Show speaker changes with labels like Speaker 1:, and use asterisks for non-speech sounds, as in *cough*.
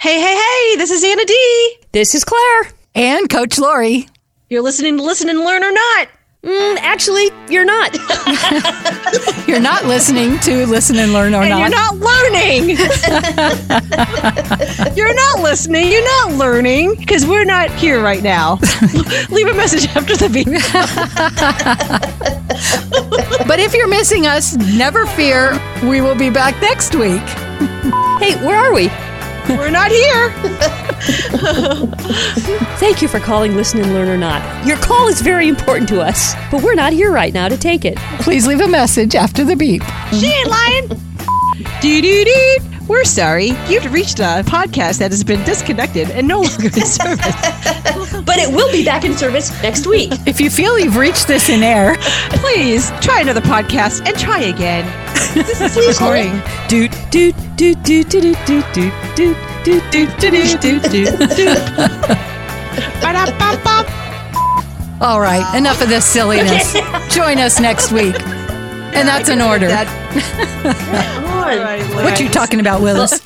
Speaker 1: Hey, hey, hey, this is Anna D.
Speaker 2: This is Claire.
Speaker 3: And Coach Lori.
Speaker 1: You're listening to Listen and Learn or Not.
Speaker 2: Mm, actually,
Speaker 3: *laughs*
Speaker 2: you're not.
Speaker 3: You're not listening to Listen and Learn or
Speaker 1: And
Speaker 3: Not.
Speaker 1: you're not learning. you're not listening. You're not learning because we're not here right
Speaker 3: *laughs*
Speaker 1: now. *laughs* Leave a message after the beep.
Speaker 3: *laughs* But if you're missing us, never fear. We will be back next week.
Speaker 2: hey, where are we?
Speaker 1: We're not here.
Speaker 2: Thank you for calling Listen and Learn or Not. Your call is very important to us, but we're not here right now to take it.
Speaker 3: Please leave a message after the beep.
Speaker 1: She ain't lying. Doo doo doo. We're sorry. You've reached a podcast that has been disconnected and no longer in service.
Speaker 2: But it will be back in service next week.
Speaker 3: *laughs* If you feel you've reached this in air,
Speaker 1: Please try another podcast and try again.
Speaker 3: *laughs*
Speaker 1: This is a recording.
Speaker 2: Doot, doot, doot, doot, doot, doot, doot, doot, doot, doot, doot, doot, doot, doot.
Speaker 1: Ba-da-ba-ba.
Speaker 3: all right, enough of
Speaker 1: *laughs*
Speaker 3: this silliness. Join us next week. And that's an order.
Speaker 1: All right,
Speaker 3: What you
Speaker 1: Liz.
Speaker 3: talking about, Willis?